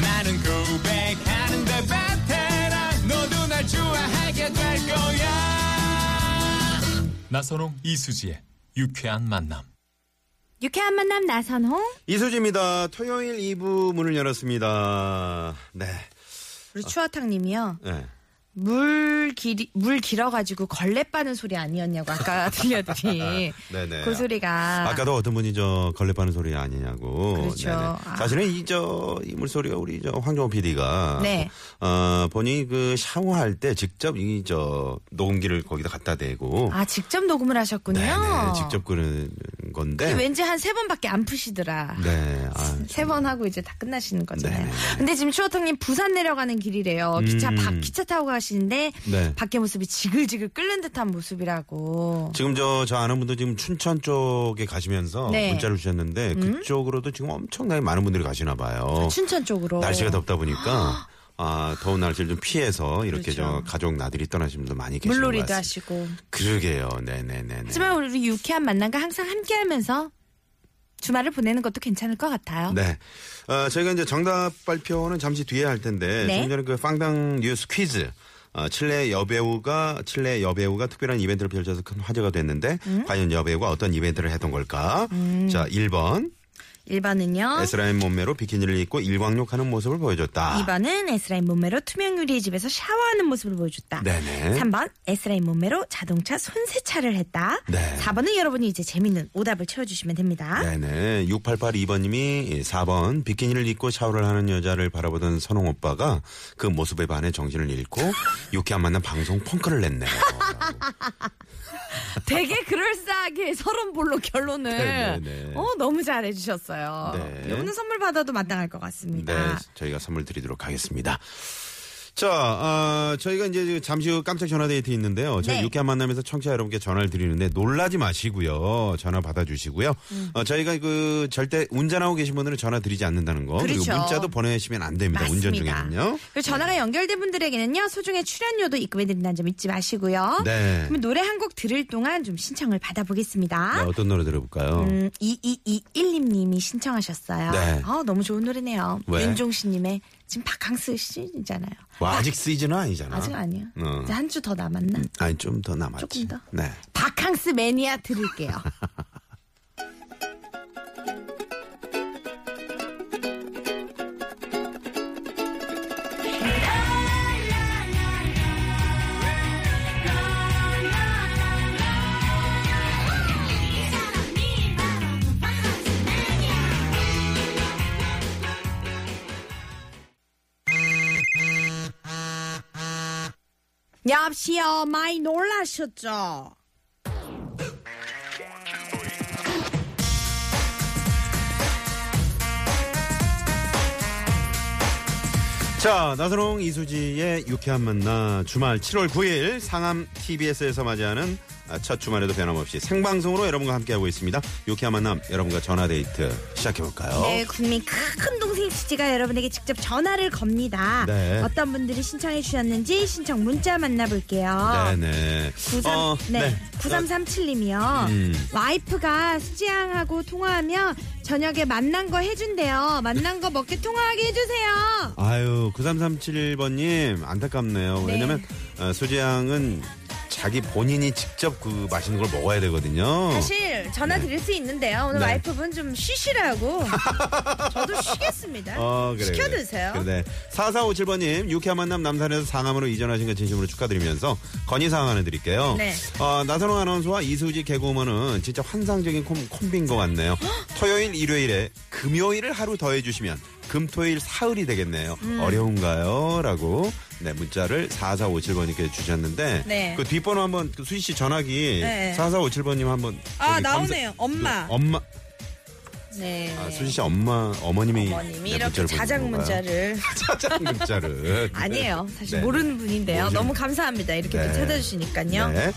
나는 고백하는데 베테랑 너도 날 좋아하게 될 거야. 나선홍 이수지의 유쾌한 만남. 유쾌한 만남 나선홍. 이수지입니다. 토요일 2부 문을 열었습니다. 네. 우리 추어탕님이요. 네. 물 길이 물 길어가지고 걸레 빠는 소리 아니었냐고 아까 들려드린 네네. 그 소리가 아까도 어떤 분이 저 걸레 빠는 소리 아니냐고. 네, 그렇죠. 아. 사실은 이저 이물 소리가 우리 저 황정호 PD가 네. 어 본인이 그 샤워할 때 직접 이 저 녹음기를 거기다 갖다 대고 아, 직접 녹음을 하셨군요. 네네. 직접 그런 건데. 왠지 한 세 번밖에 안 푸시더라. 네. 아, 세 번 하고 이제 다 끝나시는 거잖아요. 네네. 근데 지금 추어탕님 부산 내려가는 길이래요. 기차 음. 밖 기차 타고 가시는데 네. 밖에 모습이 지글지글 끓는 듯한 모습이라고. 지금 저, 저 아는 분도 지금 춘천 쪽에 가시면서 네. 문자를 주셨는데 그쪽으로도 지금 엄청나게 많은 분들이 가시나 봐요. 춘천 쪽으로. 날씨가 덥다 보니까 아, 더운 날씨를 좀 피해서 이렇게 그렇죠. 저 가족 나들이 떠나시는 분들 많이 계시는 것 물놀이도 같습니다. 하시고. 그러게요. 네네네. 하지만 우리 유쾌한 만남과 항상 함께하면서 주말을 보내는 것도 괜찮을 것 같아요. 네. 어, 저희가 이제 정답 발표는 잠시 뒤에 할 텐데 네. 좀 전에 그 빵당 뉴스 퀴즈 어, 칠레 여배우가 칠레 여배우가 특별한 이벤트를 펼쳐서 큰 화제가 됐는데 음? 과연 여배우가 어떤 이벤트를 했던 걸까? 자, 1번 1번은요. 에스라엘 몸매로 비키니를 입고 일광욕하는 모습을 보여줬다. 2번은 에스라인 몸매로 투명 유리의 집에서 샤워하는 모습을 보여줬다. 네네. 3번 에스라인 몸매로 자동차 손세차를 했다. 네. 4번은 여러분이 이제 재밌는 오답을 채워주시면 됩니다. 네네. 6882번님이 4번 비키니를 입고 샤워를 하는 여자를 바라보던 선홍 오빠가 그 모습에 반해 정신을 잃고 유쾌한 만남 방송 펑크를 냈네요. 되게 그럴싸하게 서른 볼로 결론을 네네네. 어, 너무 잘해주셨어요. 네. 오늘 선물 받아도 마땅할 것 같습니다. 네, 저희가 선물 드리도록 하겠습니다. 자, 아, 저희가 이제 잠시 후 깜짝 전화 데이트 있는데요. 저희 네. 유쾌한 만남에서 청취자 여러분께 전화를 드리는데 놀라지 마시고요. 전화 받아주시고요. 음. 어, 저희가 그 절대 운전하고 계신 분들은 전화 드리지 않는다는 거. 리고 그렇죠. 문자도 보내시면 안 됩니다. 운전 중에는요. 네, 그리고 전화가 연결된 분들에게는요 소중의 출연료도 입금해드린다는 점 잊지 마시고요. 네. 그럼 노래 한 곡 들을 동안 좀 신청을 네, 받아보겠습니다. 어떤 노래 들어볼까요? 음, 2221님이 신청하셨어요. 네. 아, 너무 좋은 노래네요. 왜? 윤종신님의 지금 박항스 시즌이잖아요. 와, 아직 시즌은 아니잖아. 아직 아니야. 어. 이제 한 주 더 남았나? 아니, 좀 더 남았지. 조금 더. 네. 바캉스 매니아 들을게요. 여보세요 많이 놀라셨죠? 자, 나선홍 이수지의 유쾌한 만나 주말 7월 9일 상암 TBS에서 맞이하는 아, 첫 주말에도 변함없이 생방송으로 여러분과 함께하고 있습니다. 유쾌한 만남 여러분과 전화데이트 시작해볼까요? 네, 국민 큰 동생 수지가 여러분에게 직접 전화를 겁니다. 네. 어떤 분들이 신청해 주셨는지 신청 문자 만나볼게요. 네네. 93, 어, 아, 네. 네. 9337님이요. 음. 와이프가 수지양하고 통화하면 저녁에 만난 거 해준대요. 만난 거 먹게 통화하게 어. 해주세요. 아유, 9337번님, 안타깝네요. 네. 왜냐면, 어, 수지 양은 자기 본인이 직접 그 맛있는 걸 먹어야 되거든요. 사실 전화 드릴 수 있는데요. 오늘 네. 와이프분 좀 쉬시라고. 저도 쉬겠습니다. 어, 그래. 시켜 드세요. 그래. 4457번님, 유쾌한 만남 남산에서 상암으로 이전하신 거 진심으로 축하드리면서 건의사항 하나 드릴게요. 네. 어, 나선홍 아나운서와 이수지 개그우먼은 진짜 환상적인 콤, 콤비인 것 같네요. 토요일, 일요일에 금요일을 하루 더 해주시면 금토일 사흘이 되겠네요. 음. 어려운가요? 라고. 네, 문자를 4457번님께 주셨는데. 네. 그 뒷번호 한번, 그 수지 씨 전화기. 네. 4457번님 한 번. 아 저기 나오네요. 검색- 엄마. 그 엄마. 네. 아, 수진 씨 엄마 어머님이 어머님이 네, 이렇게 문자를 보내주신 자작 건가요? 문자를 자작 문자를 아니에요. 사실 네. 모르는 분인데요. 모르시는- 너무 감사합니다. 이렇게 네. 또 찾아주시니까요. 네.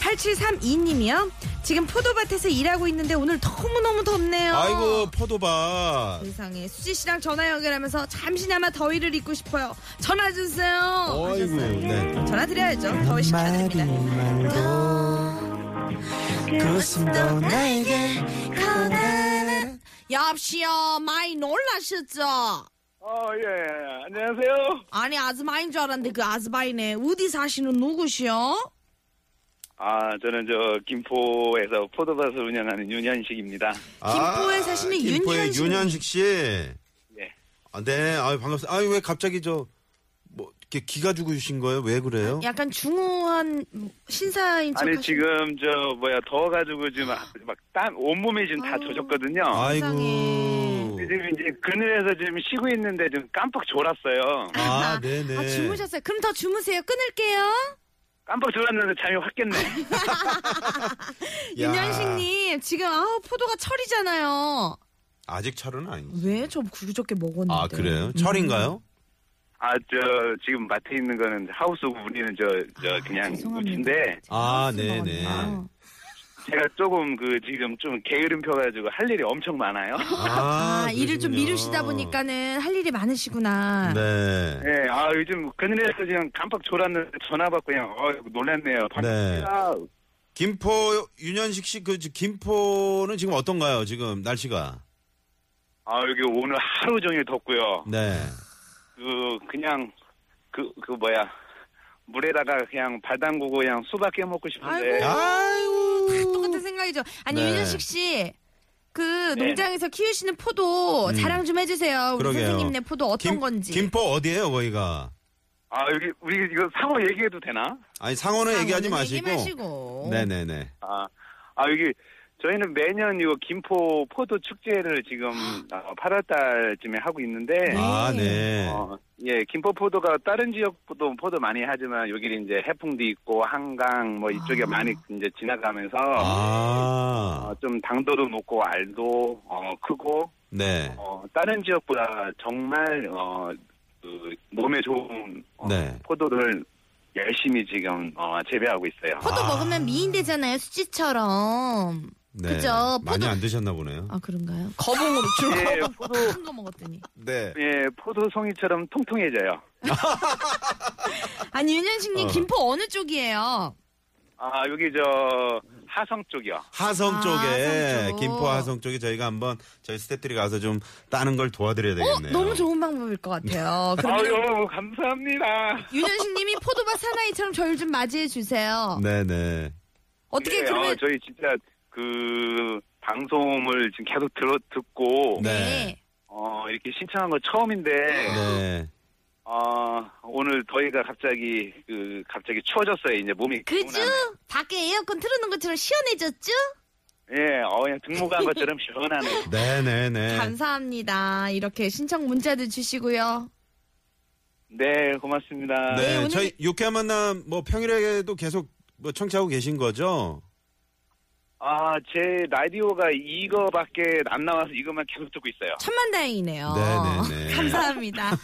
8732님이요. 지금 포도밭에서 일하고 있는데 오늘 너무너무 덥네요. 아이고 포도밭 세상에 수지 씨랑 전화 연결하면서 잠시나마 더위를 잊고 싶어요. 전화 주세요. 어이구 하셨어요. 네. 전화 드려야죠. 더위 시켜드립니다. 그것도 나에게 여보시요 많이 놀라셨죠? 어, 예. 안녕하세요. 아니 아즈마인 줄 알았는데 그 아즈마인에 어디 사시는 누구시요? 아, 저는 저 김포에서 포도밭을 운영하는 윤현식입니다. 김포에 사시는 아, 김포의 윤현식. 윤현식 씨. 예. 아, 네, 아유 반갑습니다. 아유 왜 갑자기 저 뭐 이렇게 기가 죽으신 거예요? 왜 그래요? 약간 중후한 신사인 척 아니 하시는 지금 저 뭐야 더워가지고 지금 아, 막땀 온몸이 지금 아. 다 젖었거든요. 아이고. 근데 지금 이제 그늘에서 지금 쉬고 있는데 지금 깜빡 졸았어요. 아, 네네. 아 주무셨어요. 그럼 더 주무세요. 끊을게요. 깜빡 졸았는데 잠이 확 깼네. 야, 윤현식님 지금 아우 포도가 철이잖아요. 아직 철은 아니지. 음, 네. 왜저 그저께 먹었는데? 아 그래요? 철인가요? 아, 저 지금 밭에 있는 거는 하우스 우리는 저 저 그냥 아, 죄송합니다. 우치인데 음. 아 네네. 제가 조금 그 지금 좀 게으름 펴가지고 할 일이 엄청 많아요. 아, 아, 일을 좀 그러시군요. 미루시다 보니까는 할 일이 많으시구나. 네. 네, 아 요즘 그늘에서 그냥 깜빡 졸았는데 전화 받고 그냥 어 놀랐네요. 반갑습니다. 김포 윤현식 씨 그 김포는 지금 어떤가요? 지금 날씨가. 아 여기 오늘 하루 종일 덥고요. 네. 그 그냥 그 그 뭐야 물에다가 그냥 발 담그고 그냥 수박 깨 먹고 싶은데 아이고. 똑같은 생각이죠. 아니 네. 윤현식 씨. 그 네. 농장에서 키우시는 포도 자랑 좀 해주세요. 우리 음. 그러게요. 선생님네 포도 어떤 김- 건지. 김포 어디예요, 거기가? 아 여기 우리 이거 상호 얘기해도 되나? 아니 상호는 얘기하지 마시고. 마시고. 네네네. 아, 아 여기 저희는 매년 이거 김포 포도 축제를 지금 어, 8월달쯤에 하고 있는데 아 네. 어, 예, 김포 포도가 다른 지역도 포도 많이 하지만 여기는 이제 해풍도 있고 한강 뭐 이쪽에 많이 이제 지나가면서 아. 어, 좀 당도도 높고 알도 어, 크고 네. 어, 다른 지역보다 정말 어, 그 몸에 좋은 어, 네. 포도를 열심히 지금 어, 재배하고 있어요. 포도 아. 먹으면 미인되잖아요. 수지처럼. 네. 그죠? 많이 포도- 안 드셨나 보네요. 아 그런가요? 거봉으로 줄 예, 포도 거 먹었더니. 네. 예, 포도 송이처럼 통통해져요. 아니 윤현식님 김포 어느 쪽이에요? 아 여기 저 하성 쪽이요. 하성 아, 쪽에 하성 쪽. 김포 하성 쪽에 저희가 한번 저희 스태프들이 가서 좀 따는 걸 어, 도와드려야 되겠네요. 어, 너무 좋은 방법일 것 같아요. 그럼 아유 감사합니다. 윤현식님이 포도밭 사나이처럼 저를 좀 맞이해 주세요. 네네. 예, 어떻게 아, 네, 그러면 어, 저희 진짜 그 방송을 지금 계속 들어 듣고 네. 어, 이렇게 신청한 거 처음인데 네. 어, 오늘 더위가 갑자기 그 갑자기 추워졌어요. 이제 몸이 그죠? 개운하네. 밖에 에어컨 틀어놓은 것처럼 시원해졌죠? 예, 어 그냥 등목한 것처럼 시원하네. 네네네. 감사합니다. 이렇게 신청 문자도 주시고요. 네, 아, 고맙습니다. 네, 예, 저희 유쾌한 만남 뭐 평일에도 계속 뭐 청취하고 계신 거죠? 아, 제 라디오가 이거밖에 안 나와서 이것만 계속 듣고 있어요. 천만다행이네요. 네네네. 감사합니다.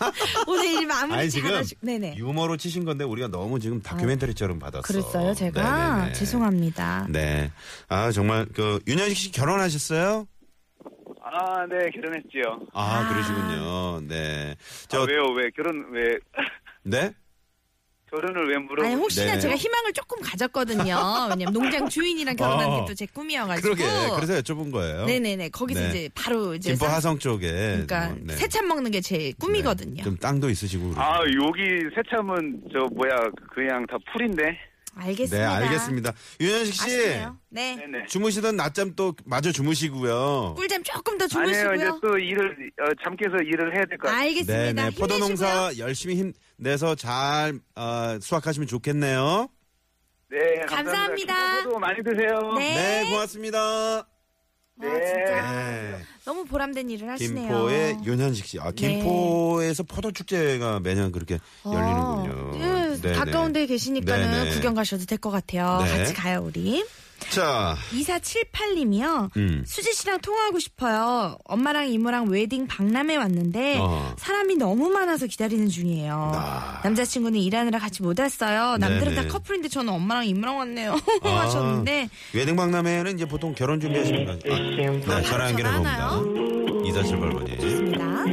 오늘 일 아니 마무리 지금 잘하시고. 네네. 아, 유머로 치신 건데 우리가 너무 지금 다큐멘터리처럼 받았어. 그랬어요 제가 네네네. 죄송합니다. 네. 아 정말 그 윤현식 씨 결혼하셨어요? 아, 네, 결혼했지요. 아, 그러시군요. 네. 아, 저 왜요? 왜 결혼 왜 네. 결혼을 왜 물어? 아니 혹시나 네. 제가 희망을 조금 가졌거든요. 왜냐면 농장 주인이랑 결혼하는 어. 게 또 제 꿈이어가지고. 그러게 그래서 여쭤본 거예요. 네네네 거기서 네. 이제 바로 이제 김포 쌈- 하성 쪽에 그러니까 뭐, 네. 새참 먹는 게 제 네. 꿈이거든요. 좀 땅도 있으시고 그러고. 아, 여기 새참은 저 뭐야 그냥 다 풀인데. 네, 알겠습니다. 알겠습니다. 윤현식 씨 아쉽네요. 네. 네네. 주무시던 낮잠 또 마저 주무시고요. 꿀잠 조금 더 아니에요, 이제 주무시고요. 또 일을 어, 잠 깨서 일을 해야 될 것 같아요. 알겠습니다. 네네. 포도 힘내시고요. 농사 열심히 힘내서 잘 어, 수확하시면 좋겠네요. 네, 감사합니다. 수고 많이 드세요. 네. 네, 고맙습니다. 아, 진짜 네. 너무 보람된 일을 하시네요. 네. 김포의 윤현식 씨. 아, 김포에서 포도 축제가 매년 그렇게 열리는군요. 예, 네네. 가까운 데 계시니까는 네네. 구경 가셔도 될 것 같아요. 네. 같이 가요 우리. 자, 2478님이요. 음. 수지 씨랑 통화하고 싶어요. 엄마랑 이모랑 웨딩 박람회 왔는데 어. 사람이 너무 많아서 기다리는 중이에요. 아. 남자친구는 일하느라 같이 못 왔어요. 남들은 네네. 다 커플인데 저는 엄마랑 이모랑 왔네요. 아, 하셨는데 웨딩 박람회는 이제 보통 결혼 준비하시는 거. 아, 네, 아, 전화 연결해 봅니다. 이사실 벌번이. 네. 입니다.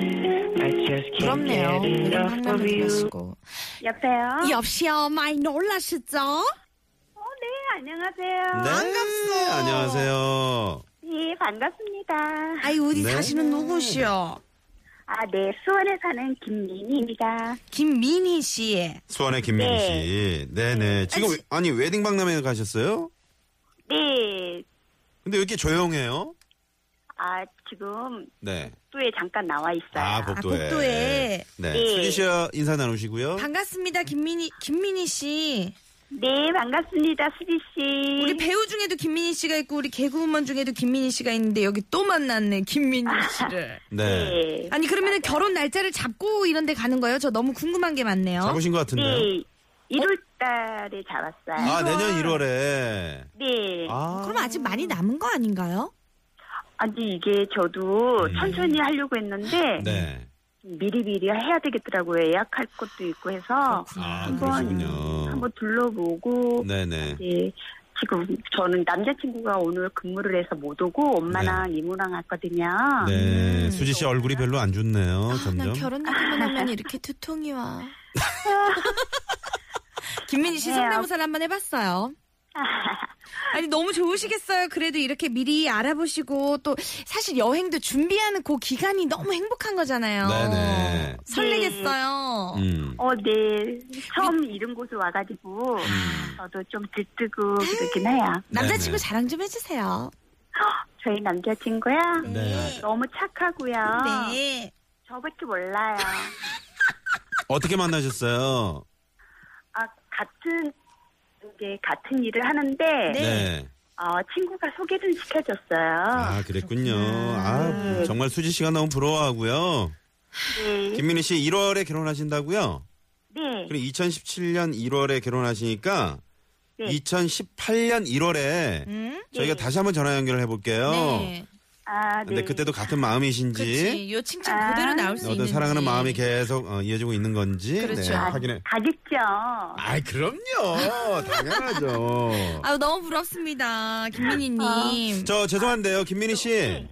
부럽네요. 부럽네요. 웨딩 박람회 가시고. 여보세요? 역시요 많이 놀라셨죠? 어, 네, 안녕하세요. 반갑습니다. 안녕하세요. 예, 반갑습니다. 아이 우리 네. 사시는 누구시요? 아, 네, 수원에 사는 김민희입니다. 김민희 씨. 수원의 김민희 씨. 네네. 지금, 왜- 아니, 웨딩 박람회 가셨어요? 네, 근데 왜 이렇게 조용해요? 아, 지금 네. 또에 잠깐 나와 있어요. 아, 복도에. 복도에. 네. 네. 수지 씨와 인사 나누시고요. 반갑습니다. 김민희 김민희 씨. 네, 반갑습니다, 수지씨. 우리 배우 중에도 김민희 씨가 있고 우리 개그우먼 중에도 김민희 씨가 있는데 여기 또 만났네. 김민희 씨를. 네. 네, 아니 그러면은 결혼 날짜를 잡고 이런 데 가는 거예요? 저 너무 궁금한 게 많네요. 잡으신 것 같은데요. 네, 1월 달에 잡았어요. 아, 내년 1월에. 네. 아. 아. 그럼 아직 많이 남은 거 아닌가요? 니 이게 저도 천천히 하려고 했는데, 음. 네. 미리미리 해야 되겠더라고요. 예약할 것도 있고 해서. 아, 한번, 그러시군요. 한번 둘러보고, 네네. 네. 지금 저는 남자친구가 오늘 근무를 해서 못 오고 엄마랑 이모랑 왔거든요. 네. 아, 수지 씨 얼굴이 별로 안 좋네요, 어, 점점. 아, 난 결혼 얘기만 하면 이렇게 두통이 와. 김민희 씨 네, 성대모사를 한번 해봤어요. 아니 너무 좋으시겠어요. 그래도 이렇게 미리 알아보시고 또 사실 여행도 준비하는 그 기간이 너무 행복한 거잖아요. 네네. 설레겠어요. 음. 어, 네. 처음 이른 곳에 와가지고 음. 저도 좀 들뜨고 그러긴 해요. 남자친구 네네. 자랑 좀 해주세요. 저희 남자친구야 네. 너무 착하고요. 네. 저밖에 몰라요. 어떻게 만나셨어요? 아 같은 이제 같은 일을 하는데 네. 어, 친구가 소개를 시켜줬어요. 아, 그랬군요. 아, 정말 수지 씨가 너무 부러워하고요. 네. 김민희 씨 1월에 결혼하신다고요? 네. 그리고 2017년 1월에 결혼하시니까 네. 2018년 1월에 음? 저희가 네. 다시 한번 전화 연결을 해볼게요. 네. 아, 네. 근데 그때도 같은 마음이신지 그렇지. 요 칭찬 아. 그대로 나올 수 네. 어떤 있는지. 그렇죠. 사랑하는 마음이 계속 어, 이어지고 있는 건지 네, 확인해. 가겠죠. 아, 그럼요. 당연하죠. 아 너무 부럽습니다, 김민희님. 아. 저 죄송한데요, 김민희 씨. 네.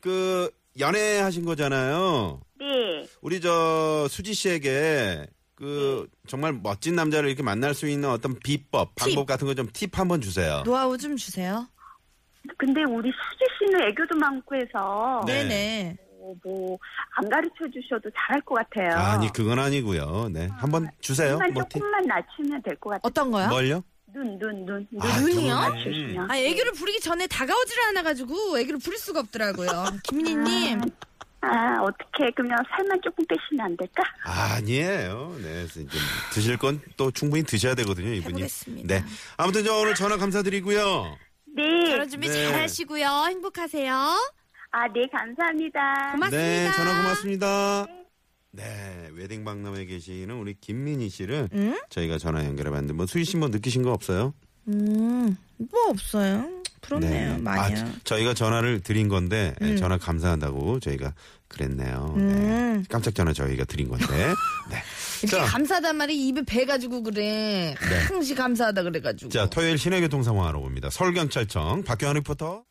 그 연애하신 거잖아요. 네. 우리 저 수지 씨에게 그 정말 멋진 남자를 이렇게 만날 수 있는 어떤 비법, 방법 같은 거 좀 팁 한번 주세요. 노하우 좀 주세요. 근데 우리 수지 씨는 애교도 많고 해서 네. 네네. 뭐 안 가르쳐 주셔도 잘할 것 같아요. 아니 그건 아니고요. 네, 한번 주세요. 눈만 뭐 팁. 조금만 낮추면 될 것 같아요. 어떤 거요? 뭘요? 눈, 눈, 눈, 눈. 아, 눈이요? 눈. 낮추시면. 아 애교를 부리기 전에 다가오지를 않아가지고 애교를 부릴 수가 아. 없더라고요. 김민희님 아, 어떻게 그러면 살만 조금 빼시면 안 될까? 아니에요. 네, 그래서 이제 드실 건 또 충분히 드셔야 되거든요, 이분이. 해보겠습니다. 네, 아무튼 저 오늘 전화 감사드리고요. 네. 결혼 준비 네. 잘하시고요. 행복하세요. 아, 네, 감사합니다. 네, 전화 고맙습니다. 네, 웨딩 박람회 계시는 우리 김민희 씨를 음? 저희가 전화 연결해봤는데 뭐 수희 씨뭐 느끼신 거 없어요? 뭐 없어요. 부럽네요. 많이요. 음. 아, 저희가 전화를 드린 건데 네, 전화 감사한다고 저희가 그랬네요. 네. 음. 깜짝 전화 저희가 드린 건데. 네. 이렇게 자. 감사하단 말이 입에 배가지고 그래. 항시 감사하다 그래가지고. 네. 자, 토요일 시내 교통 상황 알아봅니다. 서울경찰청 박경환 리포터.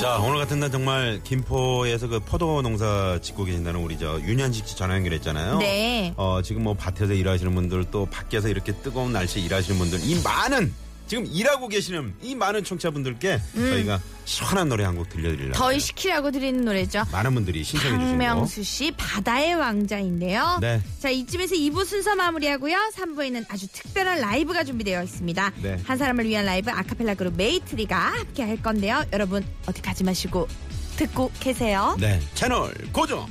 자, 오늘 같은 날 정말 김포에서 그 포도 농사 짓고 계신다는 우리 저 윤현식 씨 전화 연결했잖아요. 네. 어, 지금 뭐 밭에서 일하시는 분들 또 밖에서 이렇게 뜨거운 날씨에 일하시는 분들 이 많은 지금 일하고 계시는 이 많은 청취자분들께 저희가 시원한 노래 한 곡 들려드리려고 음. 더위 해요. 식히라고 드리는 노래죠. 많은 분들이 신청해 주신 거. 박명수 씨 바다의 왕자인데요. 네. 자 이쯤에서 2부 순서 마무리하고요. 3부에는 아주 특별한 라이브가 준비되어 있습니다. 네. 한 사람을 위한 라이브 아카펠라 그룹 메이트리가 함께 할 건데요. 여러분 어디 가지 마시고 듣고 계세요. 네. 채널 고정.